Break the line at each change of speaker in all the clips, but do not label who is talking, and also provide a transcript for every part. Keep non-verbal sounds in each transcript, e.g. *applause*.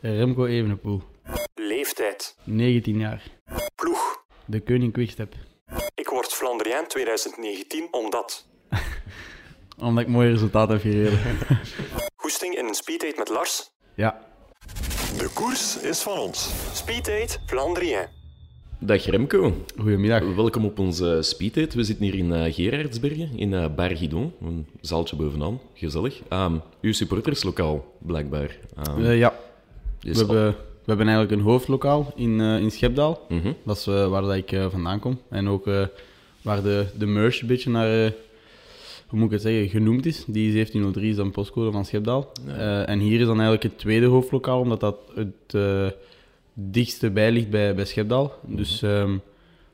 Remco Evenepoel,
Leeftijd.
19 jaar.
Ploeg.
De koning Quickstep.
Ik word Flandriaan 2019 omdat.
Omdat ik mooie resultaten heb gereden.
Goesting in een speeddate met Lars.
ja.
De koers is van ons. Speeddate Flandriaan.
Dag Remco.
Goedemiddag.
Welkom op onze speeddate. We zitten hier in eh, Gerardsbergen, in eh Bargidon. Een zaaltje bovenaan, gezellig. Ehm, uw supporterslokaal, blijkbaar. Ehm,
Eh, ja,
is
we
al-
hebben, we hebben eigenlijk een hoofdlokaal in, eh, in Schepdaal.
Mhm.
Dat is eh, waar dat ik eh, vandaan kom. En ook eh, waar de, de merge een beetje naar, eh, hoe moet ik het zeggen, genoemd is. Die 1703 is dan postcode van Schepdaal. Eh, en hier is dan eigenlijk het tweede hoofdlokaal, omdat dat het eh, dichtste bij ligt bij, bij Schepdaal. Dus ehm,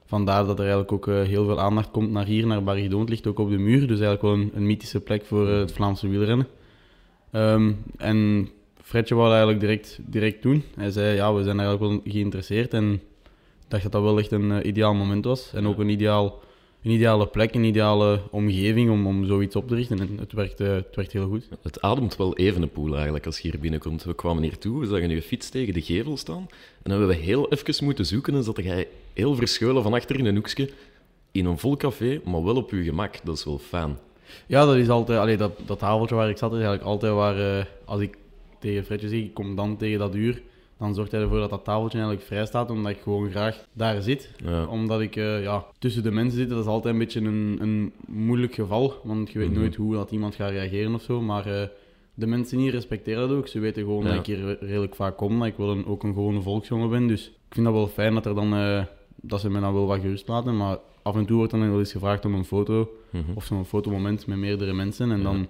vandaar dat er eigenlijk ook eh, heel veel aandacht komt naar hier, naar Barridoon. Het ligt ook op de muur, dus eigenlijk wel een, een mythische plek voor eh, het Vlaamse wielrennen. Ehm, en Fredje wou dat eigenlijk direct, direct doen. Hij zei, ja, we zijn eigenlijk wel geïnteresseerd en ik dacht dat dat wel echt een eh, ideaal moment was. En ook een, ideaal, een ideale plek, een ideale omgeving om, om zoiets op te richten. En het werkt, eh, het werkt heel goed.
Het ademt wel even een poel eigenlijk als je hier binnenkomt. We kwamen hier toe, we zagen uw fiets tegen de gevel staan. En dan hebben we heel even moeten zoeken en zat jij heel verscholen van achter in een hoekje. In een vol café, maar wel op uw gemak. Dat is wel fijn.
Ja, dat is altijd... Allee, dat, dat tafeltje waar ik zat is eigenlijk altijd waar... eh, als ik tegen Fredje zeg, ik kom dan tegen dat uur, dan zorgt hij ervoor dat dat tafeltje eigenlijk vrij staat, omdat ik gewoon graag daar zit.
Ja.
Omdat ik eh, ja, tussen de mensen zit, dat is altijd een beetje een, een moeilijk geval. Want je weet
Mhm.
nooit hoe dat iemand gaat reageren of zo. Maar eh, de mensen hier respecteren dat ook. Ze weten gewoon
Ja.
dat ik hier re- redelijk vaak kom. Dat ik wel een, ook een gewone volksjongen ben. Dus ik vind dat wel fijn dat, er dan, eh, dat ze me dan wel wat gerust laten. Maar af en toe wordt dan wel eens gevraagd om een foto.
Mhm.
Of zo'n fotomoment met meerdere mensen. En dan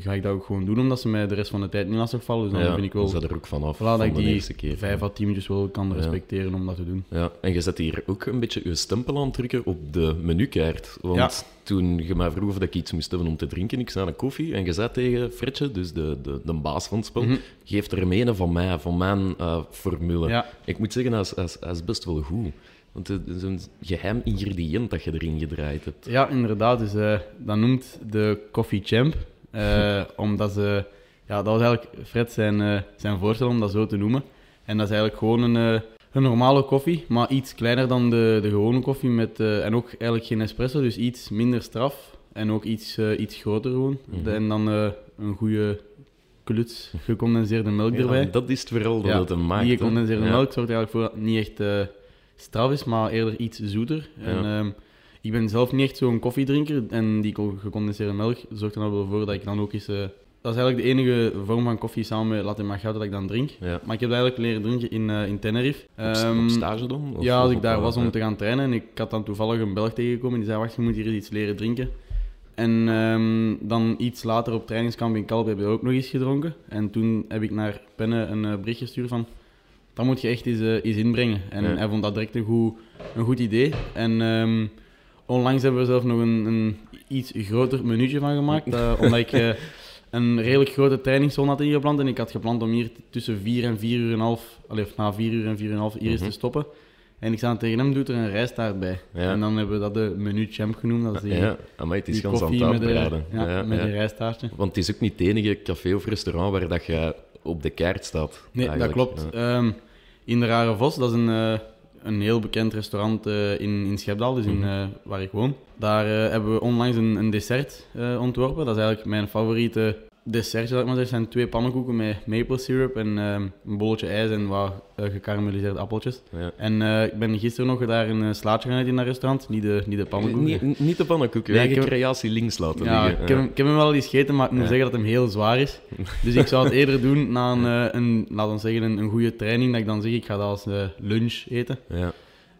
ga ik dat ook gewoon doen, omdat ze mij de rest van de tijd niet lastig vallen. Dus dan
ja,
vind ik wel...
zat er ook vanaf
Voilà, dat
van
ik
de eerste
die
keer.
vijf à tien minuutjes wel kan respecteren om dat te doen.
Ja, en je zet hier ook een beetje je stempel aan drukken op de menukaart. Want toen je mij vroeg of ik iets moest hebben om te drinken, ik zei een koffie. En je zei tegen Fredje, dus de, de, de baas van het spel,
Mhm.
geef er mee een van mij, van mijn eh, formule.
Ja.
Ik moet zeggen, dat is, dat is, dat is best wel goed. Want het is een geheim ingrediënt dat je erin gedraaid hebt.
Ja, inderdaad. Dus, eh, dat noemt de Coffee Champ. eh, omdat ze... Ja, dat was eigenlijk Fred zijn, eh, zijn voorstel om dat zo te noemen. En dat is eigenlijk gewoon een, eh, een normale koffie, maar iets kleiner dan de, de gewone koffie. Met, eh, en ook eigenlijk geen espresso, dus iets minder straf. En ook iets, eh, iets groter gewoon.
Mhm.
De- en dan eh, een goede kluts gecondenseerde melk
Ja,
erbij.
dat is het vooral dat
Ja,
het hem maakt.
Die
hè.
gecondenseerde
Ja.
melk zorgt eigenlijk voor dat het niet echt eh, straf is, maar eerder iets zoeter. En, ehm, ik ben zelf niet echt zo'n koffiedrinker en die co- gecondenseerde melk zorgt er dan wel voor dat ik dan ook eens... eh, dat is eigenlijk de enige vorm van koffie samen met latte macchiato dat ik dan drink.
Ja.
Maar ik heb dat eigenlijk leren drinken in, eh, in Tenerife.
Op, st-
Ehm,
op stage dan? Of-
ja, als
of
ik
op
daar
wat?
was om
Ja.
te gaan trainen en ik had dan toevallig een Belg tegengekomen en die zei, wacht, je moet hier eens iets leren drinken. En ehm, dan iets later op trainingskamp in Kalb heb ik ook nog eens gedronken. En toen heb ik naar Penne een eh, bericht gestuurd van, dat moet je echt eens, eh, eens inbrengen. En
Ja.
hij vond dat direct een goed, een goed idee. En ehm, onlangs hebben we zelf nog een, een iets groter minuutje van gemaakt, eh, omdat ik...
*laughs*
eh, een redelijk grote trainingszone had ingepland. En ik had gepland om hier t- tussen 4 en 4 uur en half, allee, of na 4 uur en 4 en half, hier eens te stoppen. En ik zei tegen hem, doet er een rijstaart bij.
Mhm. Ja.
En dan hebben we dat de menu champ genoemd. Dat is die,
Ja, amai, het is
die
gans aan het
koffie met, de,
uitbreiden.
ja,
Ja,
met
ja.
een rijstaartje.
Want het is ook niet het enige café of restaurant waar dat je op de kaart staat.
Nee,
eigenlijk.
dat klopt.
Ja.
Ehm, in de Rare Vos, dat is een, eh, een heel bekend restaurant eh, in, in Schepdaal, dus in,
Mhm.
eh, waar ik woon. Daar eh, hebben we onlangs een, een dessert eh, ontworpen. Dat is eigenlijk mijn favoriete dessert, zal ik maar zeggen. zijn twee pannenkoeken met maple syrup en ehm, een bolletje ijs en wat eh, gekarameliseerde appeltjes.
Ja.
En eh, ik ben gisteren nog daar een eh, slaatje gaan eten in dat restaurant. Niet de, niet de pannenkoeken.
Niet, niet de pannenkoek, je
Nee,
eigen
ik heb-
creatie links laten
Ja, ik
liggen.
heb,
Ja.
hem, ik heb hem wel eens gegeten, maar ik moet
eh, Ja.
zeggen dat hem heel zwaar is. Dus ik
*laughs*
zou het eerder doen na een, eh, een laten we zeggen, een, een goede training. Dat ik dan zeg, ik ga dat als eh, lunch eten.
Ja.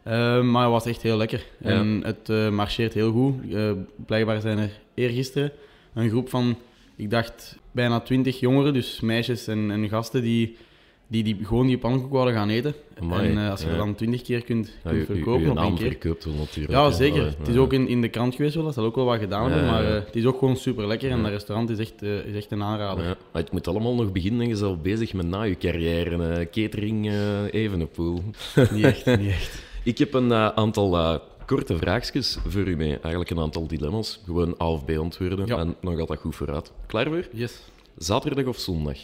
Eh, maar het was echt heel lekker.
Ja.
En het eh, marcheert heel goed. Eh, blijkbaar zijn er eergisteren een groep van, ik dacht, bijna twintig jongeren, dus meisjes en, en gasten, die, die, die gewoon die pannenkoek wilden gaan eten.
Amai,
en eh, als je
ja.
dat dan twintig keer kunt,
Ja,
kunt
je- je-
verkopen
je
op één
naam
keer.
verkoopt wel natuurlijk.
Ja,
hè.
zeker.
Allee,
Het is
ja.
ook in, in de krant geweest, wel, dat ze ook wel wat gedaan
Ja,
hebben. Maar
ja, ja.
eh, het is ook gewoon super lekker en
Ja.
dat restaurant is echt, eh, is echt een aanrader.
Ja. Maar het moet allemaal nog beginnen en je bent al bezig met na je carrière. eh, catering, eh Evenepoel.
Niet echt,
*laughs*
niet echt.
Ik heb een eh, aantal eh, korte vraagjes voor u mee. Eigenlijk een aantal dilemma's. Gewoon A of B antwoorden
Ja.
en dan gaat dat goed vooruit. Klaar voor?
Yes.
Zaterdag of zondag?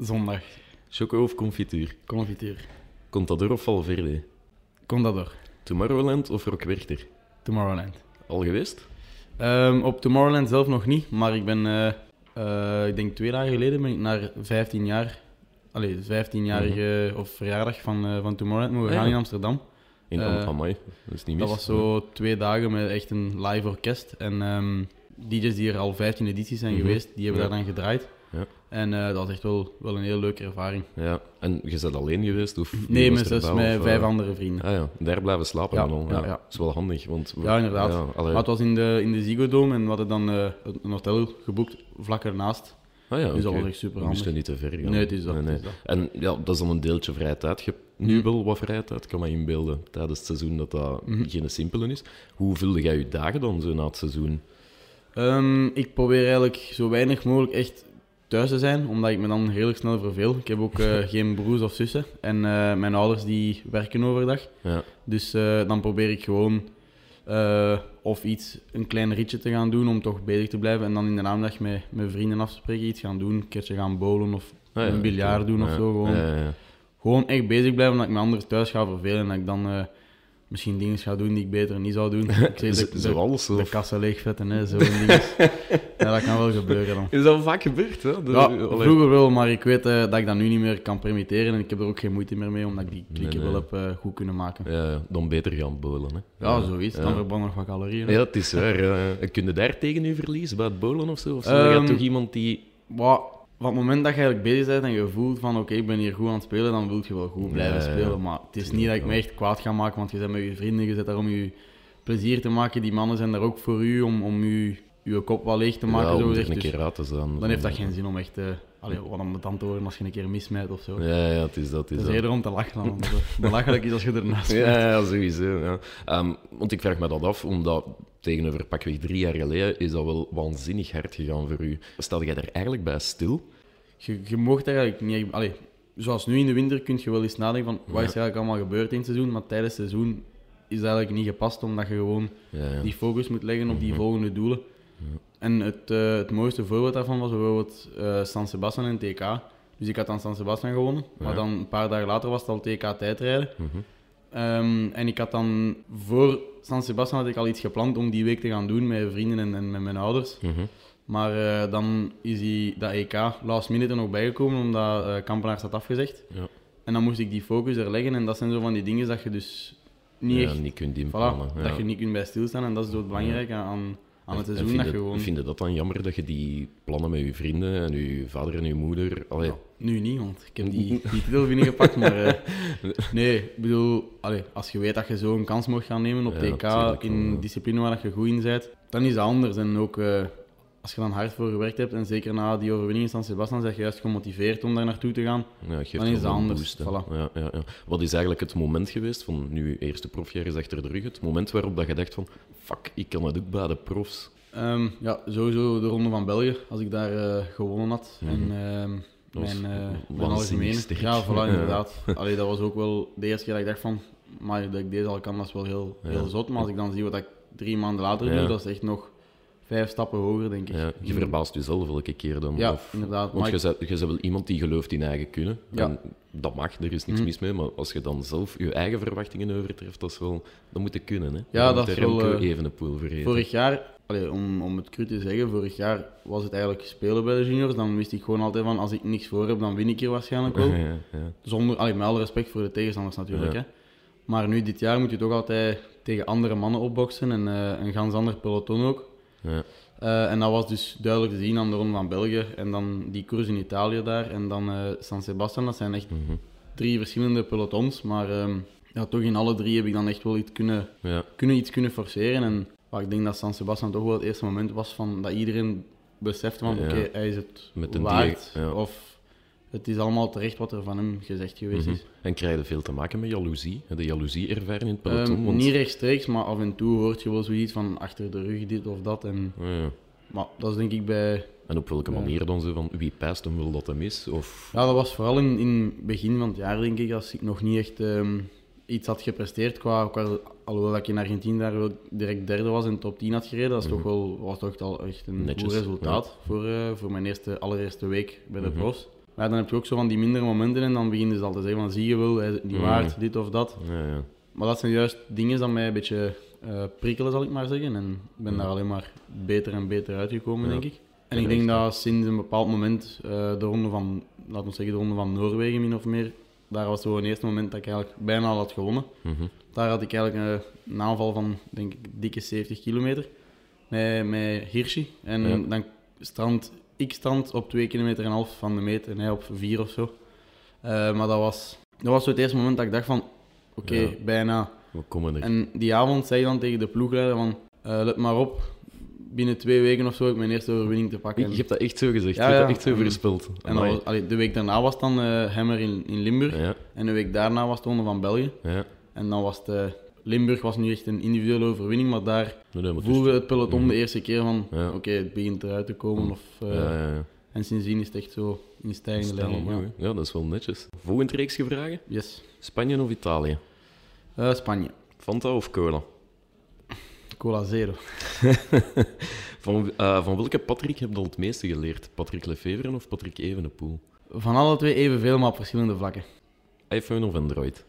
Zondag.
Choco of confituur?
Confituur.
Contador of Valverde?
Contador.
Tomorrowland of Rockwerchter?
Tomorrowland.
Al geweest?
Ehm, op Tomorrowland zelf nog niet, maar ik ben, eh, eh, ik denk twee dagen geleden, ben ik naar 15 jaar, allee, 15-jarige of verjaardag van, eh, van Tomorrowland mogen
Mhm. Ah, ja.
gaan in Amsterdam.
In
Eh,
Am- Amai, dat is niet mis.
Dat was zo twee dagen met echt een live orkest. En ehm DJ's die er al 15 edities zijn
Mhm.
geweest, die hebben
Ja.
daar dan gedraaid.
Ja.
En eh, dat was echt wel, wel een heel leuke ervaring.
Ja, en je bent alleen geweest? Of wie
Nee,
was
met
erbij,
zes,
of,
met
eh,
vijf andere vrienden.
Ah ja, daar blijven slapen
Ja,
en al.
ja,
Ja,
ja.
Dat is wel handig. Want we-
Ja, inderdaad.
allee.
Maar het was in de, in de Ziggo Dome en we hadden dan eh, een hotel geboekt vlak ernaast.
ah, ja,
dus dat
oké.
was echt super
We moesten
handig.
niet te ver gaan.
Nee, het is dat, Mhm. het is
En ja, dat is dan een deeltje vrije tijd. Je hebt nu wel wat vrije tijd, ik kan me inbeelden, tijdens het seizoen dat dat
Mhm.
geen simpele is. Hoe vulde jij je dagen dan zo na het seizoen?
Ehm, ik probeer eigenlijk zo weinig mogelijk echt thuis te zijn, omdat ik me dan redelijk snel verveel. Ik heb ook
*laughs*
eh, geen broers of zussen en eh, mijn ouders die werken overdag.
Ja.
Dus eh, dan probeer ik gewoon eh, of iets, een klein ritje te gaan doen om toch bezig te blijven. En dan in de namiddag met, met vrienden afspreken, iets gaan doen, een keertje gaan bowlen of
Ah, ja,
een biljart
oké.
doen of
Ja,
zo. Gewoon,
ja, ja, ja.
gewoon echt bezig blijven, omdat ik me anders thuis ga vervelen en dat ik dan... eh, Misschien dingen ga doen die ik beter niet zou
*laughs*
doen. Ik zeg,
Z-
de- de-
Zoals?
de
of-
kassen leegvetten, hè, zo'n ding. ja, dat kan wel gebeuren
*laughs*
dan.
Is dat vaak gebeurd? Hè? De-
Ja,
allee.
vroeger wel, maar ik weet eh, dat ik dat nu niet meer kan permitteren. En ik heb er ook geen moeite meer mee, omdat ik die klikken
nee.
wel heb eh, goed kunnen maken. Ja,
Ja, dan beter gaan bolen. Hè?
zoiets.
ja.
Dan verbrand nog wat calorieën. hè.
Ja, het is waar. ja. En Kun je daar tegen u verliezen bij het bolen of zo? Of zijn
Ehm,
jij toch iemand die...
Maar van het moment dat je eigenlijk bezig bent en je voelt van oké, ik ben hier goed aan het spelen, dan wil je wel goed blijven
Ja, ja, ja.
spelen. Maar het is niet dat ik me echt kwaad ga maken, want je bent met je vrienden, je zit daar om je plezier te maken. Die mannen zijn daar ook voor u, om, om je, je kop wel leeg te maken.
ja, om
zo
er
gezegd.
een
Dus
keer uit te zijn.
dan heeft dat geen zin om echt... eh allee, wat om het aan te horen als je een keer mismijt of zo.
Ja, ja, het is dat. Het is
Het
dat.
is eerder om te *laughs* lachen dan. omdat het Belachelijk is als je ernaast bent.
Ja, ja, sowieso. Ja. Ehm, want ik vraag me dat af, omdat tegenover pakweg drie jaar geleden is dat wel waanzinnig hard gegaan voor u. Staat jij er eigenlijk bij stil?
Je, je mocht eigenlijk niet. echt- Allee, zoals nu in de winter kun je wel eens nadenken van wat is er eigenlijk allemaal gebeurd in het seizoen. Maar tijdens het seizoen is dat eigenlijk niet gepast, omdat je gewoon
Ja, ja. Mhm.
die focus moet leggen op die volgende doelen. En het, eh, het mooiste voorbeeld daarvan was bijvoorbeeld eh, San Sebastian en TK. Dus ik had dan San Sebastian gewonnen, maar dan een paar dagen later was het al TK tijdrijden.
Mhm.
Ehm, en ik had dan voor San Sebastian had ik al iets gepland om die week te gaan doen met vrienden en, en met mijn ouders.
Mhm.
Maar eh, dan is die, dat EK last minute er nog bijgekomen omdat eh Kampenaars had afgezegd.
Ja.
En dan moest ik die focus er leggen en dat zijn zo van die dingen dat je dus niet
Ja,
echt
niet kunt
Voilà,
inplannen. ja.
dat je niet kunt bij stilstaan en dat is doodbelangrijk aan, aan, aan het
En
seizoen.
vind
Dat je gewoon...
Vind je dat dan jammer dat je die plannen met je vrienden en je vader en je moeder... Allee,
Nu niet, want ik heb
*laughs*
die, die titel binnengepakt, maar... eh, nee, ik bedoel, allee, als je weet dat je zo een kans mocht gaan nemen op
Ja,
TK,
tuurlijk wel,
in
ja.
discipline waar dat je goed in bent, dan is dat anders. En ook eh, als je dan hard voor gewerkt hebt, en zeker na die overwinning in San Sebastian, ben je juist gemotiveerd om daar naartoe te gaan.
Ja, geeft
Dan
wel
is dat
een
anders,
boost, hè.
voilà.
ja, ja, ja. Wat is eigenlijk het moment geweest van nu eerste profjaar is achter de rug? Het moment waarop dat je dacht van fuck, ik kan het ook bij de profs.
Ehm, ja, sowieso de Ronde van België, als ik daar eh, gewonnen had. En ehm,
Dat was
mijn, eh mijn
waanzinnig
algemene.
sterk.
Ja,
*laughs* Ja.
voilà, inderdaad. Allee, dat was ook wel de eerste keer dat ik dacht van, maar dat ik deze al kan, dat is wel heel, heel zot. Maar als ik dan zie wat ik drie maanden later
Ja.
doe, dat is echt nog vijf stappen hoger, denk ik.
Ja, je verbaast jezelf elke keer dan.
Ja,
of-
inderdaad.
Want
Maar
je bent, je bent wel iemand die gelooft in eigen kunnen.
Ja. Mhm.
En dat mag, er is niks mis mee. Maar als je dan zelf je eigen verwachtingen overtreft, dat, is wel, dat moet je kunnen. Hè?
Ja,
Dan
dat
moet
is
de Remco
wel, eh,
Evenepoel vergeten. *laughs*
Vorig jaar, allee, om, om het cru te zeggen, vorig jaar was het eigenlijk spelen bij de juniors. Dan wist ik gewoon altijd van, als ik niks voor heb, dan win ik hier
*laughs*
waarschijnlijk wel.
Ja, ja.
Zonder, allee, met alle respect voor de tegenstanders natuurlijk.
Ja.
Hè. Maar nu, dit jaar, moet je toch altijd tegen andere mannen opboksen. En eh, een gans ander peloton ook.
Ja.
Eh, en dat was dus duidelijk te zien aan de Ronde van België. En dan die koers in Italië daar. En dan eh, San Sebastian. Dat zijn echt
Mhm.
drie verschillende pelotons. Maar ehm, ja, toch in alle drie heb ik dan echt wel iets kunnen,
Ja.
kunnen, iets kunnen forceren. En waar ik denk dat San Sebastian toch wel het eerste moment was van dat iedereen beseft van
Ja.
oké, hij is het
Met een
waard.
die- ja.
Of het is allemaal terecht wat er van hem gezegd geweest is.
En krijg je veel te maken met jaloezie? De jaloezie ervaren in het
Ehm,
peloton? want-
Niet rechtstreeks, maar af en toe hoort je wel zoiets van achter de rug dit of dat. En,
Ja.
maar dat is denk ik bij...
En op welke manier dan zo van wie pijst hem wil dat hem is? Of
Ja, dat was vooral in, in het begin van het jaar, denk ik, als ik nog niet echt ehm, iets had gepresteerd. Qua, qua, alhoewel dat ik in Argentinië daar wel direct derde was en top 10 had gereden, dat is toch wel, was toch al echt een
Netjes,
goed resultaat voor, eh, voor mijn eerste, allereerste week bij de profs. Maar dan heb je ook zo van die mindere momenten en dan beginnen ze al te zeggen van zie je wel, hij is het niet
Mm.
waard, dit of dat.
Ja, ja.
Maar dat zijn juist dingen die mij een beetje eh, prikkelen, zal ik maar zeggen. En ik ben daar alleen maar beter en beter uitgekomen,
Ja.
denk ik. En ik denk dat sinds een bepaald moment, eh, de ronde van, laten we zeggen, de ronde van Noorwegen min of meer, daar was zo'n eerste moment dat ik eigenlijk bijna al had gewonnen.
Mhm.
Daar had ik eigenlijk eh, een aanval van, denk ik, dikke 70 kilometer met, met Hirschi. En
Ja.
dan strand, ik strand op 2 kilometer en een half van de meet en hij op 4 of zo. Eh, maar dat was, dat was zo het eerste moment dat ik dacht van, oké,
Ja.
bijna.
We komen er.
En die avond zei ik dan tegen de ploegleider van, eh, let maar op, binnen twee weken of zo heb ik mijn eerste overwinning te pakken.
Je hebt dat echt zo gezegd.
Ja,
je hebt
ja.
dat echt zo
En-
verspild.
En dat was- allee, de week daarna was het dan eh Hemmer in, in Limburg.
Ja,
En de week daarna was het Ronde van België.
ja.
En dan was het, eh, Limburg was nu echt een individuele overwinning, maar daar
Nee, nee, maar het is-
voelde het peloton de eerste keer van,
Ja. Mhm.
oké, het begint eruit te komen. Of, eh,
Ja, ja, ja.
En sindsdien is het echt zo in stijgende
Stel
lijn.
omhoog,
ja.
hè. ja, dat is wel netjes. Volgend reeksje vragen.
Yes.
Spanje of Italië?
Eh, Spanje.
Fanta of cola?
Cola Zero.
Van, eh, van welke Patrick heb je al het meeste geleerd? Patrick Lefevre of Patrick Evenepoel?
Van alle twee evenveel, maar op verschillende vlakken.
iPhone of Android?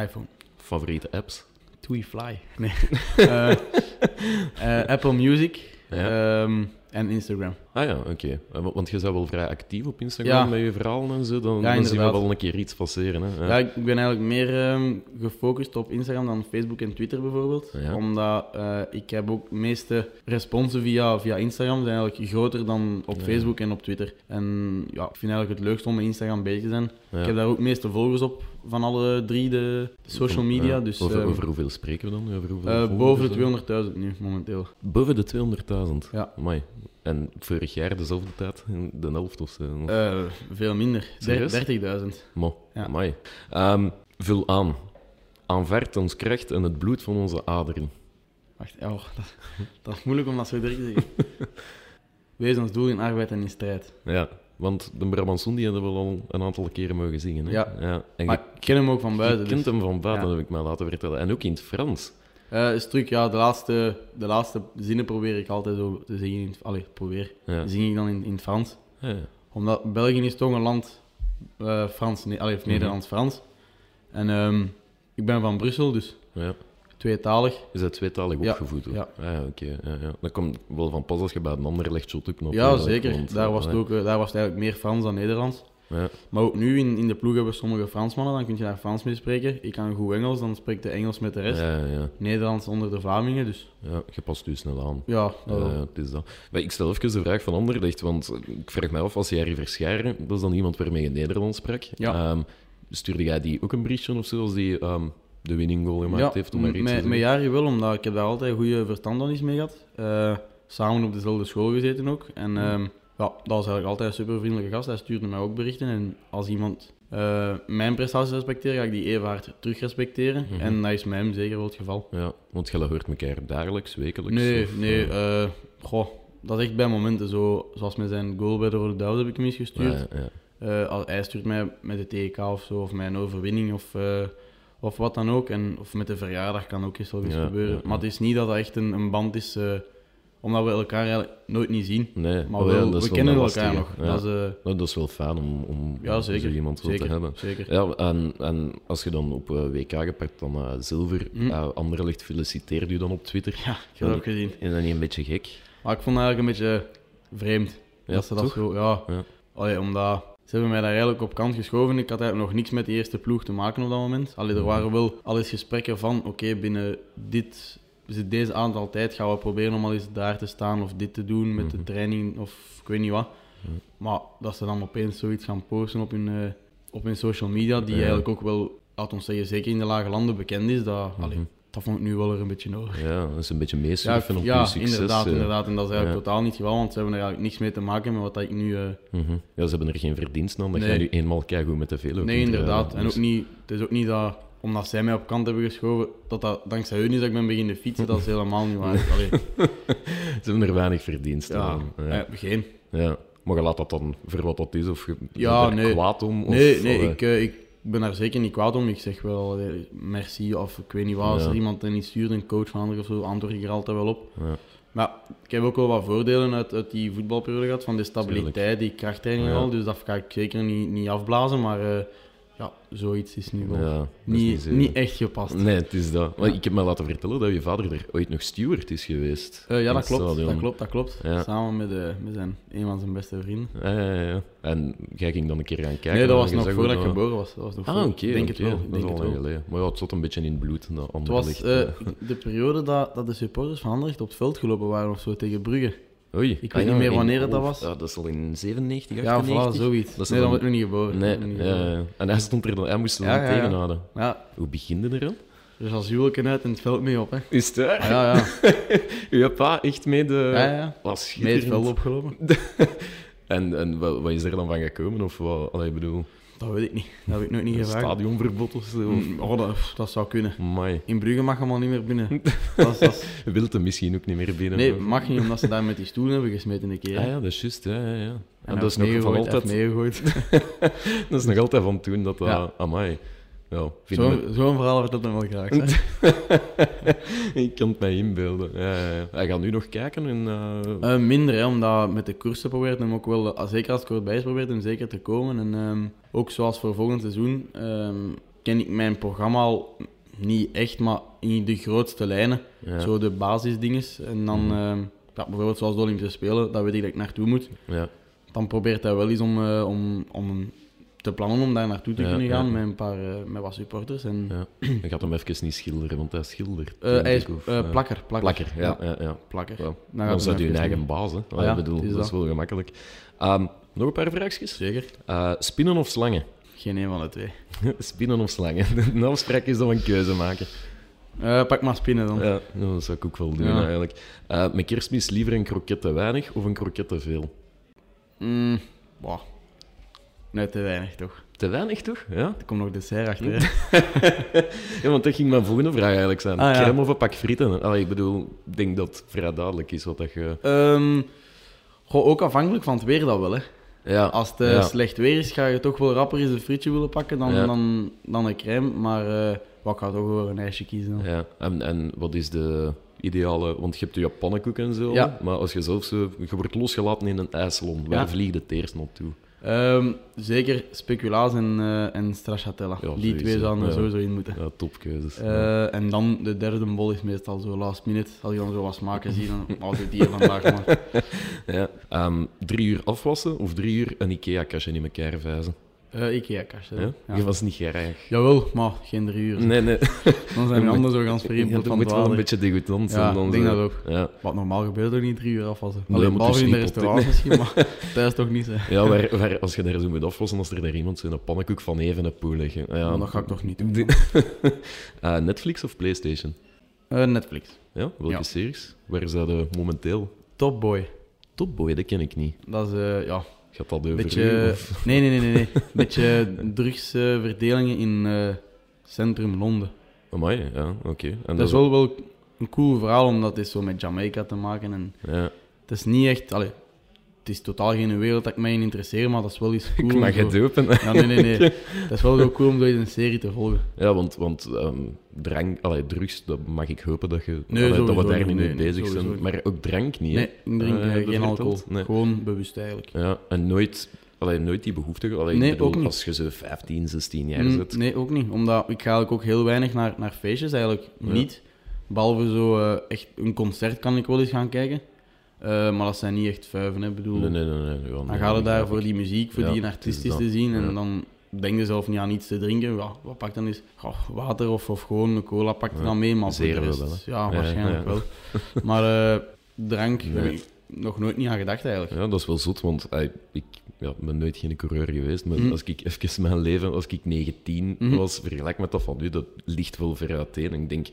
iPhone.
Favoriete apps? *laughs*
Tweefly. Nee. Eh, eh, Apple Music
Ja.
ehm, en Instagram.
Ah ja, oké. Eh, wa- Want je bent wel vrij actief op Instagram
Ja.
met je verhalen en zo. Dan,
Ja,
dan zien we
inderdaad.
wel een keer iets passeren. Hè?
Ja, ik ben eigenlijk meer ehm, gefocust op Instagram dan Facebook en Twitter bijvoorbeeld.
Ja.
Omdat eh, ik heb ook de meeste responsen via, via Instagram zijn eigenlijk groter dan op Facebook en op Twitter. En ja, ik vind eigenlijk het leukst om met Instagram bezig te zijn.
Ja.
Ik heb daar ook de meeste volgers op van alle drie de social media.
Ja.
Dus
over,
ehm,
over hoeveel spreken we dan? Over hoeveel
eh,
volgers dan?
boven de 200.000 nu momenteel.
Boven de 200.000?
Ja.
Amai. En vorig jaar dezelfde tijd, in de helft of zo.
Eh, veel minder. Der-
Serieus?
30.000.
Mo,
Ja.
amai. Ehm, vul aan. Aanvaard ons kracht en het bloed van onze aderen.
Wacht, oh, *laughs* dat, dat is moeilijk om dat zo direct te
*laughs*
zeggen. Wees ons doel in arbeid en in strijd.
Ja, want de Brabantsoen die hebben we al een aantal keren mogen zingen. Hè?
Ja.
En
Maar ik ken hem ook van
je,
buiten.
je
dus-
kent hem van buiten,
Ja.
heb ik mij laten vertellen. En ook in het Frans.
Eh, is truc, ja, de laatste, de laatste zinnen probeer ik altijd zo te zingen. In, het- allee, probeer.
Ja.
Zing ik dan in, in het Frans.
Ja, ja.
Omdat België is toch een land eh, Frans, nee, allee, of
Mhm.
Nederlands-Frans. En ehm, ik ben van Brussel, dus
Ja.
tweetalig.
Is dat tweetalig
Ja,
opgevoed? hoor.
ja.
Ah, ja, oké. ja, ja. Dat komt wel van pas als je bij een ander legt shot ook nog.
ja,
eh,
zeker.
want,
Daar
eh,
was, het ook, eh, daar was het eigenlijk meer Frans dan Nederlands.
Ja.
Maar ook nu in, in de ploeg hebben we sommige Fransmannen, dan kun je daar Frans mee spreken. Ik kan goed Engels, dan spreekt de Engels met de
Ah, Ja,
rest.
ja, ja.
Nederlands onder de Vlamingen, dus
ja, je past u snel aan.
ja. eh,
Ja,
dat wel.
ja, het is dat. Maar ik stel even de vraag van Anderlecht, want ik vraag me af, als jij Verscharen, dat is dan iemand waarmee je Nederlands sprak.
Ja.
Ehm, stuurde jij die ook een briefje of zo, als die ehm, de winning goal gemaakt heeft? Om
m-
maar iets te
met,
zeggen?
met Jari wel, omdat ik heb daar altijd goede verstandhouding mee gehad. Eh, samen op dezelfde school gezeten ook. En ehm, ja, dat was eigenlijk altijd een super vriendelijke gast. Hij stuurde mij ook berichten. En als iemand eh, mijn prestaties respecteert, ga ik die even hard terug respecteren.
Mhm.
En dat is met hem zeker wel het geval.
Ja, want jij hoort elkaar dagelijks, wekelijks?
Nee,
of,
nee.
eh,
eh, goh, dat is echt bij momenten zo. Zoals met zijn goal bij de Rode Duivels heb ik hem eens gestuurd.
ja, ja.
Eh, al- hij stuurt mij met de TK of zo, of mijn overwinning of, eh, of wat dan ook. En, of met de verjaardag kan ook eens wel iets
Ja,
gebeuren.
ja, ja.
Maar het is niet dat dat echt een, een band is, eh, omdat we elkaar eigenlijk nooit niet zien.
Nee,
Maar
oh ja,
wel,
dat is
we
wel
kennen
een
elkaar nog.
lastige. Ja.
Dat is, eh, *laughs*
Nou, dat is wel fijn om, om
ja, zeker.
zo iemand wel
zeker,
te hebben.
Zeker.
Ja, en, en als je dan op eh, WK gepakt dan eh, zilver,
Mhm.
eh, Anderlecht feliciteert u dan op Twitter.
Ja, ik heb dat ook gezien.
Is dat niet een beetje gek?
Maar ik vond het eigenlijk een beetje vreemd.
Ja,
dat ze dat
toch?
zo, ja.
Ja.
Allee, omdat ze hebben mij daar eigenlijk op kant geschoven. Ik had eigenlijk nog niks met die eerste ploeg te maken op dat moment. Allee,
Mm.
er waren wel al eens gesprekken van, oké, binnen dit, dus deze aantal tijd gaan we proberen om al eens daar te staan of dit te doen met
Mhm.
de training of ik weet niet wat. Maar dat ze dan opeens zoiets gaan posten op hun, eh, op hun social media, die
Ja.
eigenlijk ook wel, laat ons zeggen, zeker in de lage landen bekend is, dat,
Mhm.
allee, dat vond ik nu wel er een beetje nodig.
Ja, dat is een beetje
Ja,
meesurfen op
ja
je succes.
inderdaad,
eh.
inderdaad. En dat is eigenlijk
Ja.
totaal niet het geval, want ze hebben er eigenlijk niks mee te maken met wat dat ik nu... eh,
Mhm. Ja, ze hebben er geen verdiensten aan dat
Nee.
jij nu eenmaal keigoed met de velo
nee,
kunt
inderdaad.
rijden.
En ook
Dus-
niet, het is ook niet dat, omdat zij mij op kant hebben geschoven, dat dat dankzij hun is dat ik ben beginnen fietsen. Dat is helemaal niet waar.
*laughs*
Allee,
Ze hebben er weinig verdiensten
ja,
aan. Ja.
eh, geen.
Ja. Maar je laat dat dan voor wat dat is? Of je bent
Ja,
er
nee.
kwaad om? Of,
Nee, nee
eh,
ik, eh, ik ben daar zeker niet kwaad om. Ik zeg wel eh, merci of ik weet niet wat. Als
Ja.
er iemand in iets stuurt, een coach van anderen of zo, antwoord ik er altijd wel op.
Ja.
Maar Maar ik heb ook wel wat voordelen uit, uit die voetbalperiode gehad. Van de stabiliteit, die krachttraining
Ja.
al. Dus dat ga ik zeker niet, niet afblazen. Maar eh, ja, zoiets is nu wel
Ja, dat is niet
niet,
zeer.
niet, echt gepast.
Nee, het is dat. Maar ik heb me laten vertellen dat je vader er ooit nog steward is geweest.
Eh, ja,
in
dat
het
klopt,
stadion.
dat klopt. Dat klopt.
Ja.
Samen met, eh, met zijn, een van zijn beste vrienden.
Ja, ja, ja. En jij ging dan een keer gaan kijken.
nee, dat
en
was
eh, je
nog
zag
voordat ik
hoe dat-
geboren was. Dat was nog
Ah,
voor-
oké.
denk
oké.
het wel.
Dat
ik
is
Denk
al
het
lang
wel.
geleden. Maar ja, het zat een beetje in het bloed. Dat
Het was
Anderlecht,
eh,
eh. *laughs*
de periode dat, dat de supporters van Anderlecht op het veld gelopen waren of zo tegen Brugge.
Oei.
weet
Ah,
niet meer
in-
wanneer dat
oh,
was.
Ja, dat is al in 97,
Ja,
98.
voilà, zoiets.
Dat is
nee,
dan-
dan werd ik nog niet geboren.
Nee,
Nog niet
ja,
geboren.
ja. en hij stond er dan, hij moest er
Ja,
dan
ja, ja.
tegenhouden.
Ja,
Hoe beginde er dan?
dus als Juleken uit en het veld mee op, hè.
Is het waar?
Ah, ja, ja.
Je pa echt mee de...
Ja, ja.
Was
Eh, Mee het
schitterend.
veld opgelopen.
En, en wat, wat is er dan van gekomen? Of wat? Allee, ik bedoel,
Dat weet ik niet. Dat heb ik nooit niet
een
gevraagd.
stadionverbod of zo?
Mm, Oh, dat, pff, dat zou kunnen.
Amai.
In Brugge mag hem al niet meer *laughs* binnen. Dat is- dat is-
Wilt hem misschien ook niet meer binnen?
Nee,
of-
mag niet, omdat ze daar met die stoelen hebben gesmeten een keer. hè.
Ah ja, dat is juist. Ja, ja, ja. En,
hij
dat, is
heeft
nog van
meegegooid,
altijd,
hij heeft meegegooid.
dat is nog altijd van toen dat dat...
Ja.
Amai. Ja, vind
Zo'n
me-
zo'n verhaal vertelt hem wel graag. zeg.
*laughs* ik kan het mij inbeelden. Ja, ja, ja. Hij gaat nu nog kijken en... eh,
Eh, minder, hè, omdat met de koersen probeert hem ook wel, eh, zeker als ik bij is, probeert hem zeker te komen. En ehm, ook zoals voor volgend seizoen, ehm, ken ik mijn programma al niet echt, maar in de grootste lijnen.
Ja. Mhm.
Zo de basisdinges. En dan ehm, ja, bijvoorbeeld zoals de Olympische Spelen, dat weet ik dat ik naartoe moet.
ja.
Dan probeert hij wel eens om, eh, om, om te plannen om daar naartoe te
Ja,
kunnen
ja.
gaan met een paar eh, met wat supporters. En,
Ja. Je gaat hem even niet schilderen, want hij schildert.
Eh,
denk
hij is
ik,
eh,
of, eh,
plakker, plakker.
plakker. Ja, ja, ja.
plakker.
Wel,
Dan
dan
gaat
staat
hij
je
even
eigen
doen.
baas, hè. Allee,
Ja,
ik bedoel,
het is
dat is
dat.
wel gemakkelijk. Ehm, nog een paar vraagjes.
Zeker.
Eh, spinnen of slangen? *laughs*
Geen een van de twee.
spinnen of slangen? *laughs* Een afspraak is dan een keuze maken.
Eh, pak maar spinnen dan.
Ja, dat zou ik ook wel doen,
Ja.
eigenlijk. Eh met kerstmis liever een kroket te weinig of een kroket te veel?
Mm, bah. Nee, te weinig toch.
Te weinig, toch? Ja?
Er komt nog dessert achter.
Hm.
hè.
ja, want dat ging mijn volgende vraag eigenlijk zijn.
Ah, ja.
Crème of een pak frieten? Allee, ik bedoel, ik denk dat het vrij duidelijk is wat dat je...
Ehm, goh, ook afhankelijk van het weer dat wel. Hè.
Ja,
Als het eh,
ja.
slecht weer is, ga je toch wel rapper eens een frietje willen pakken dan,
Ja.
dan, dan een crème. Maar eh, wat ik ga toch wel een ijsje kiezen. dan.
Ja, en, en wat is de ideale... Want je hebt de Japannenkoek en zo,
Ja.
maar als je zelf zo... Je wordt losgelaten in een ijssalon, waar
Ja.
vliegt het eerst naartoe?
Ehm, zeker speculaas en, eh en stracciatella.
Ja,
Die twee
sowieso.
zouden er
Ja.
sowieso in moeten.
Ja, topkeuzes. Ja.
Eh, en dan de derde bol is meestal zo last minute. Als ik dan zo wat smaken zie, dan *laughs* oh, doet die hier vandaag maar.
Ja. Ehm, drie uur afwassen of drie uur een Ikea-kastje in elkaar vijzen?
Eh Ikea-kastje.
Ja?
dan. Ja.
Je was niet graag.
Jawel, maar geen drie uur.
Nee, nee.
Dan zijn we anders zo gaan spreken.
Ja,
van
dat moet
het
wel een
water.
beetje degoutant zijn.
Ja,
dan
ik denk
zo.
dat ook.
Ja.
Wat normaal gebeurt er niet drie uur afwassen.
Nee,
Alleen
maar
behalve in de
tussen niet op
restaurant misschien, maar
*laughs*
thuis toch niet. Hè.
Ja, waar, waar- als je daar zo moet afwassen, als er daar iemand zo'n pannenkoek van even een poel leggen. Ah Ja.
Maar dat ga ik toch niet doen.
Eh, Netflix of Playstation?
*laughs* Eh, Netflix.
Ja, welke
Ja.
series? Waar is dat eh, momenteel?
Top Boy.
Top Boy, dat ken ik niet.
Dat is, eh, ja,
Gaat dat
een
over u,
beetje...
of-
Nee, nee, nee, nee. nee. beetje drugsverdelingen in eh, centrum Londen.
Amai, ja, oké. En
Dat is wel, wel een cool verhaal, omdat het is zo met Jamaica te maken. En
Ja.
het is niet echt... Allee, het is totaal geen wereld dat ik mij in interesseer, maar dat is wel iets cool.
*laughs* Ik
om
mag
zo-
het open.
Ja, nee, nee, nee. Dat is wel zo cool om zo eens een serie te volgen.
*laughs* Ja, want, want ehm, drank, allee, drugs, dat mag ik hopen dat, je,
Nee,
allee, dat we
sowieso
daar
niet.
niet mee
Nee, nee,
bezig
sowieso
zijn.
niet.
Maar ook drank niet, hè?
Nee, ik drink
Eh,
eh,
heb je
geen alcohol.
verteld? Nee.
Gewoon bewust eigenlijk.
Ja, en nooit, allee, nooit die behoefte. Allee, ik
Nee,
bedoel,
ook niet.
als je zo 15, 16 jaar
Mm,
zit.
nee, ook niet. Omdat ik ga eigenlijk ook heel weinig naar, naar feestjes, eigenlijk niet. Behalve zo eh, echt een concert kan ik wel eens gaan kijken. Eh, maar dat zijn niet echt vuiven, hè. Ik bedoel,
Nee, nee, nee. nee, ja,
dan
nee,
ga je
nee,
daar
ja.
voor die muziek, voor
Ja,
die
het is
artiest is
dat.
te zien. En
Ja.
dan denk je zelf niet aan iets te drinken. Ja, wat pak dan eens? Goh, water of, of gewoon een cola pak je dan mee. Maar voor
Zeer
de
wel
rest-
wel, hè.
Ja,
Ja,
waarschijnlijk
ja. *laughs*
wel. Maar eh, drank heb
Nee.
ik nog nooit niet aan gedacht eigenlijk.
Ja, dat is wel zot, want ey, ik ja, ben nooit geen coureur geweest. Maar
Mhm.
als ik even mijn leven, als ik 19 was, vergelijk met dat van nu, dat ligt wel ver uiteen. En ik denk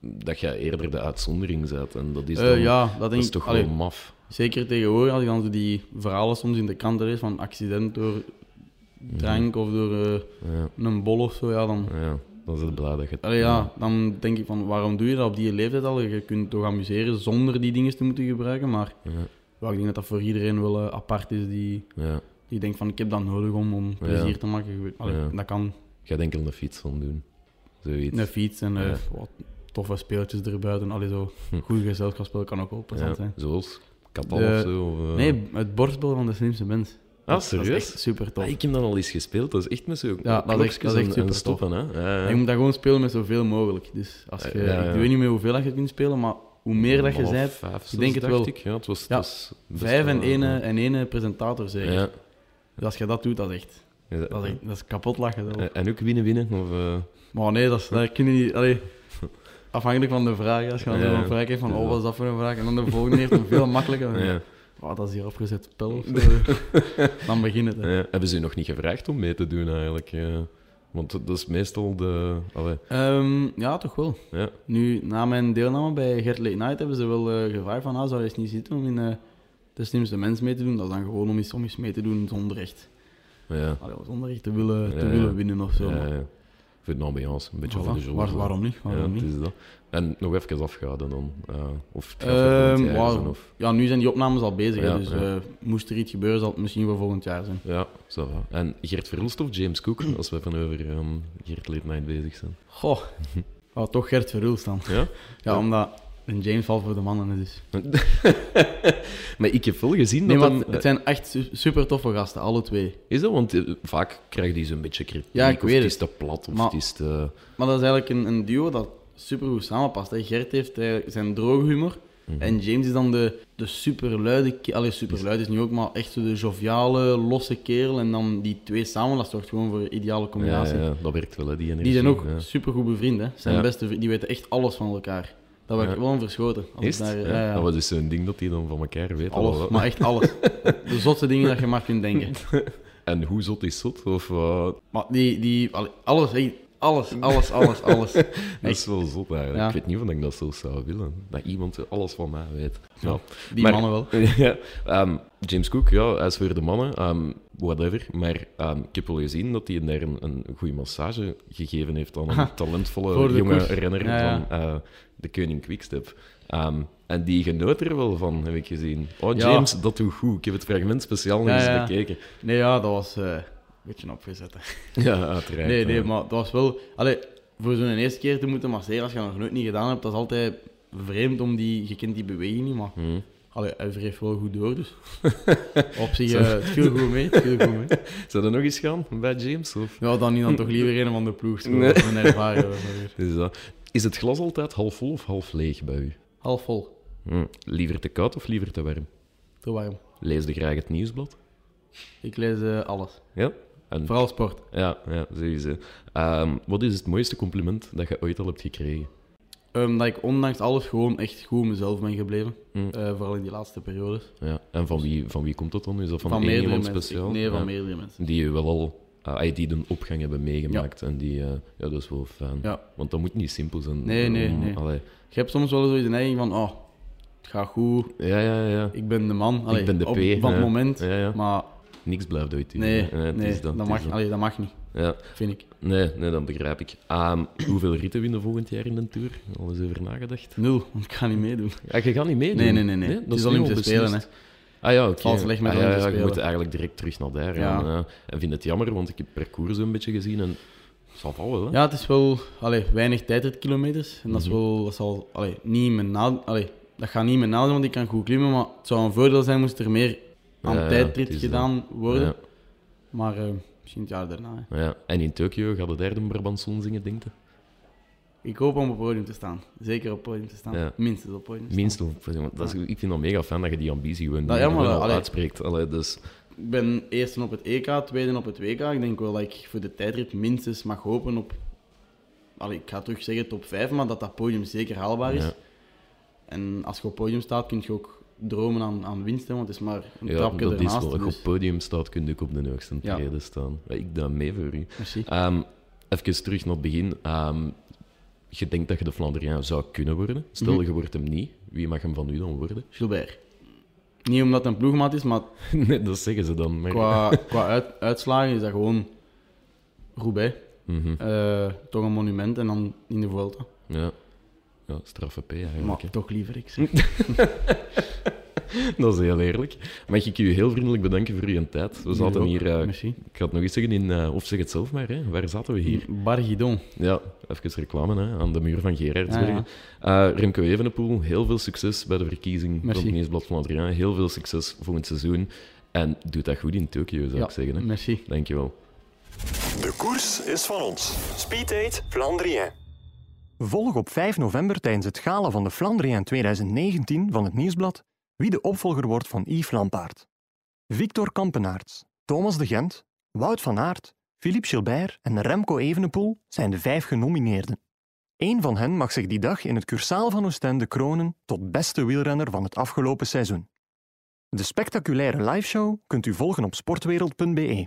dat jij eerder de uitzondering bent. En dat is,
Eh,
dan,
ja, dat
dat
denk
is
ik-
toch
allee.
wel maf.
Zeker tegenwoordig, als ik dan zo die verhalen soms in de krant lees van accident door drank
Mhm.
of door eh,
Ja,
een bol of zo, ja, dan,
ja, dan is het blij dat je het-
allee, ja, dan denk ik van waarom doe je dat op die leeftijd al? Je kunt toch amuseren zonder die dingen te moeten gebruiken, maar
Ja.
wel, ik denk dat dat voor iedereen wel eh, apart is die,
Ja.
die denkt van ik heb dat nodig om, om plezier te maken. Je weet- allee,
Ja.
Dat kan
Ik ga er enkel een fiets van doen. Zoiets.
een fiets en eh,
Ja. Hm.
wat, toffe speeltjes erbuiten. Allee, zo goed gezelschapsspel kan ook wel
Ja,
plezant zijn.
zoals Katal
De-
of zo. Of, eh.
Nee, het borstbal van de slimste mens.
ah,
Dat is
serieus?
echt super tof.
Ah, ik heb dat al eens gespeeld. Dat is echt met zo'n
Ja, dat is echt-
knopjes
dat is echt
en- en
supertof.
stoppen. Hè? Ja, ja.
Je moet dat gewoon spelen met zoveel mogelijk. Dus als je,
Ja, ja.
Ik weet niet meer hoeveel dat je kunt spelen, maar hoe meer dat je
Maar
zijt,
vijf, zes,
ik denk het
dacht
wel.
Ik. Ja, het was, het
Ja,
was best
Vijf en
wel,
ene, en ene presentator
Ja.
zeker. Dus als je dat doet, dat is echt,
Ja.
dat is, echt- dat is kapot lachen. zelf.
En- En ook winnen-winnen? Of, eh,
Maar nee, dat, is, dat kun je niet.
*laughs*
Allee, afhankelijk van de vraag. Als je dan
Ja, ja.
zo'n vraag hebt van,
Ja.
oh, wat is dat voor een vraag? En dan de volgende heeft een
*laughs*
veel makkelijker.
ja.
Oh, dat is hier opgezet spel of zo.
*laughs*
dan begint het. hè.
Ja, hebben ze u nog niet gevraagd om mee te doen eigenlijk? eh? Want dat is meestal de. Allee,
Ehm, ja, toch wel.
ja.
Nu, na mijn deelname bij Gert Late Night hebben ze wel eh, gevraagd van, ah, zou je eens niet zitten om in eh, de slimste mens mee te doen? Dat is dan gewoon om eens, om eens mee te doen zonder echt,
Ja.
allee, zonder echt te, willen, te
Ja, ja.
willen winnen of zo.
ja,
Maar
ja. Voor de ambiance, een beetje
voilà,
voor de show.
waar- waarom niet?
ja,
Waarom
het
niet?
is dat. En nog even afgaan dan. eh, of het gaat voor
Ehm,
volgend jaar
wauw.
zijn, of...
Ja, nu zijn die opnames al bezig, hè,
Ja,
dus
ja.
eh, moest er iets gebeuren, zal het misschien wel volgend jaar zijn.
Ja, zo. En Geert Verhulst of James Cook, als we van over ehm, Geert Late Night bezig zijn.
*laughs* Goh, oh, toch Gert Verhulst dan.
Ja?
Ja, omdat een James valt voor de mannen dus.
Maar ik heb wel gezien
Nee,
dat
maar
hem-
het zijn echt super toffe gasten, alle twee.
Is dat? Want eh, vaak krijg je zo'n beetje kritiek.
Ja, ik
of
weet
het
het.
is te plat, of
Maar-
het is te...
Maar dat is eigenlijk een, een duo dat supergoed samenpast. Hè. Gert heeft eigenlijk zijn droge humor.
Mhm.
En James is dan de, de superluide... ke- Allee, superluid is nu ook, maar echt zo de joviale, losse kerel. En dan die twee samen, dat zorgt gewoon voor een ideale
Ja,
combinatie.
ja, dat werkt wel, hè, die energie.
Die zijn ook
ja.
supergoed bevriend, hè. Zijn
Ja.
beste vrienden, die weten echt alles van elkaar. Dat werd
Ja.
gewoon verschoten. Als
Is
ik
het?
daar- eh,
ja.
ja, ja.
Dat was dus zo'n ding dat die dan van elkaar weet. al
Alles,
wat.
maar echt alles. De zotste dingen dat je maar kunt
*laughs*
denken.
En hoe zot is zot? Of, eh,
Maar die... die allee, alles, echt, alles, alles, alles, alles.
dat is wel zot eigenlijk.
Ja.
Ik weet niet of ik dat zo zou willen. Dat iemand alles van mij weet. Ja.
Die
Maar-
mannen wel.
*laughs* ja, ehm, James Cook, ja, hij is voor de mannen, ehm, whatever. Maar ehm, ik heb wel gezien dat hij daar een, een goede massage gegeven heeft aan een
voor
talentvolle
de
jonge
koers.
renner
Ja, ja.
van eh, de Koning Quickstep. Ehm, en die genoot er wel van, heb ik gezien. Oh,
Ja.
James, dat doe goed. Ik heb het fragment speciaal nog
Ja,
eens
ja.
bekeken.
Nee, ja, dat was eh, een beetje opgezet. hè.
Ja, uiteraard. eh.
Nee,
ja.
nee, maar dat was wel... Allee, voor zo'n eerste keer te moeten masseren, als je dat nog nooit niet gedaan hebt, dat is altijd vreemd om die... Je kent die beweging niet, maar...
Hmm.
Allee, hij wreef wel goed door,
*laughs*
dus... Op zich, eh, het viel goed mee, het viel goed mee.
Zou dat nog eens gaan bij James? Of?
Ja, dan niet dan toch liever een van de ploeg. zo,
Nee.
Een ervaring. of zo.
Is, dat... is het glas altijd half vol of half leeg bij u?
Half vol,
Hm, Liever te koud of liever te warm?
te warm.
Lees je graag het nieuwsblad?
Ik lees eh, alles.
Ja? En...
Vooral sport.
Ja, ja, sowieso. Ehm, wat is het mooiste compliment dat je ooit al hebt gekregen?
Ehm, dat ik ondanks alles gewoon echt goed mezelf ben gebleven. Eh, vooral in die laatste periodes.
Ja. En Hmm. van wie, van wie komt dat dan? Is dat van,
Van
één
meerdere
iemand
mensen.
speciaal?
Nee, van
Ja.
meerdere mensen.
Die je wel al... ah, ah, die een opgang hebben meegemaakt. En die... eh, ja, dat is wel fijn.
Ja.
Want dat moet niet simpel zijn. Ehm,
Nee, nee, nee.
allee.
Je hebt soms wel zoiets de neiging van, oh, het gaat goed,
Ja, ja, ja.
ik ben de man. Allee,
ben de
op,
P,
Van het
ja.
moment,
Ja, ja.
maar
Niks blijft ooit. duur,
nee,
hè. Ja, het
nee,
is
dat,
het is
mag, allee, dat mag niet,
Ja.
vind ik.
Nee, nee, dat begrijp ik. Ehm, *clears throat* hoeveel ritten winnen volgend jaar in de Tour? Al eens over nagedacht.
Nul, want ik ga niet meedoen.
Ah, je gaat niet meedoen?
Nee, nee, nee, nee. Het is
nu
Olympische
beslist.
Spelen, hè.
Ah ja, oké.
Valt slecht met
Ah, ja,
Olympische
ja, je
Spelen.
moet eigenlijk direct terug naar daar gaan.
Ja.
hè. En vind het jammer, want ik heb het parcours een beetje gezien en... zal wel, hè?
Ja, het is wel allee, weinig tijdritkilometers. En dat
Mhm.
is wel, dat zal, allee, niet mijn nadeel, allee, dat gaat niet mijn nadeel, want ik kan goed klimmen, maar het zou een voordeel zijn moest er meer aan
Ja, ja,
tijdrit
het is
gedaan worden.
Ja,
Maar eh, misschien het jaar daarna. hè.
ja. En in Tokio gaat de derde Brabanson zingen, denk je?
Ik hoop om op het podium te staan. Zeker op het podium te staan.
Ja.
Minstens op het podium te staan.
Minstens. want Dat is, ik vind dat mega fijn dat je die ambitie gewoon,
Nou, ja, maar,
gewoon al
allee.
uitspreekt. Allee, dus,
Ik ben eerste op het EK, tweede op het WK. Ik denk wel dat ik voor de tijdrit minstens mag hopen op... Allee, ik ga terug zeggen top 5, maar dat dat podium zeker haalbaar is.
Ja.
En als je op het podium staat, kun je ook dromen aan, aan winst, hè, want het is maar een
ja,
trapje
dat is
ernaast.
wel. Als je op
dus-
het podium staat, kun je ook op de hoogste
Ja.
treden staan. Ik doe mee voor u.
Merci.
Ehm, even terug naar het begin. Ehm, je denkt dat je de Flandriaan zou kunnen worden. Stel,
Mhm.
je wordt hem niet. Wie mag hem van u dan worden? *laughs*
Gilbert. Niet omdat het een ploegmaat is, maar
nee, dat zeggen ze dan. Maar... *laughs*
qua, qua uit- uitslagen is dat gewoon Roubaix.
Mhm,
Eh, toch een monument en dan in de Vuelta.
ja. ja, straffe P eigenlijk.
Maar
hè.
toch liever ik. zeg.
dat is heel eerlijk. Mag ik u heel vriendelijk bedanken voor uw tijd. We zaten
ook.
hier, eh,
Merci.
ik ga het nog eens zeggen, in, eh, of zeg het zelf maar, hè. waar zaten we hier?
Bargidon.
Ja, even reclame hè, aan de muur van Gerardsbergen.
Hm. Ah,
Eh, Remco Evenepoel, heel veel succes bij de verkiezing
Merci.
van het Nieuwsblad van Adriaan. Heel veel succes volgend seizoen. En doe dat goed in Tokio, zou ik zeggen. Hè.
merci.
Dankjewel.
De koers is van ons. Speed Date Flandrien.
Volg op 5 november tijdens het gala van de Flandriën 2019 van het Nieuwsblad wie de opvolger wordt van Yves Lampaard. Victor Kampenaerts, Thomas de Gent, Wout van Aert, Philippe Gilbert en Remco Evenepoel zijn de vijf genomineerden. Eén van hen mag zich die dag in het cursaal van Oostende kronen tot beste wielrenner van het afgelopen seizoen. De spectaculaire liveshow kunt u volgen op sportwereld.be.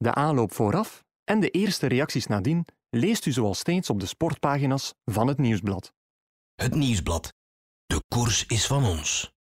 De aanloop vooraf en de eerste reacties nadien leest u zoals steeds op de sportpagina's van het nieuwsblad.
Het nieuwsblad. De koers is van ons.